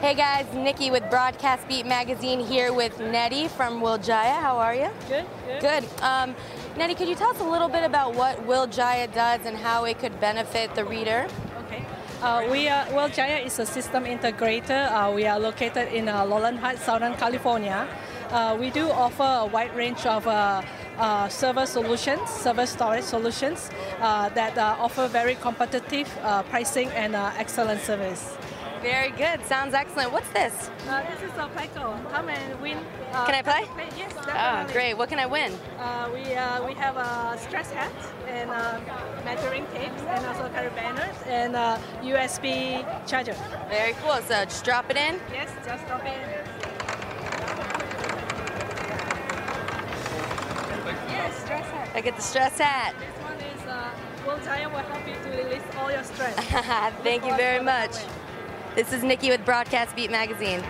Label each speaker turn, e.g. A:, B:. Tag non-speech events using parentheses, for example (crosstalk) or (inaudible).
A: Hey guys, Nikki with Broadcast Beat Magazine here with Nettie from Will Jaya. How are you?
B: Good, good.
A: Good. Um, Nettie, could you tell us a little bit about what Will Jaya does and how it could benefit the reader?
B: Okay. Uh, we are, well, Jaya is a system integrator. Uh, we are located in uh, Lowland Heights, Southern California. Uh, we do offer a wide range of uh, uh, server solutions, server storage solutions uh, that uh, offer very competitive uh, pricing and uh, excellent service.
A: Very good. Sounds excellent. What's this?
B: Uh, this is a Pleco. Come and win. Uh,
A: Can I play?
B: Yes,
A: Ah,
B: definitely.
A: great. What can I win?
B: Uh, we, uh, we have a stress hat and uh, measuring tapes and also carry banners and uh, USB charger.
A: Very cool. So just drop it in.
B: Yes, just drop in. Yes, stress hat.
A: I get the stress hat. (laughs)
B: This one is uh, Will Jaya will help you to release
A: (laughs)
B: all your stress.
A: Thank you very much. This is Nikki with Broadcast Beat Magazine.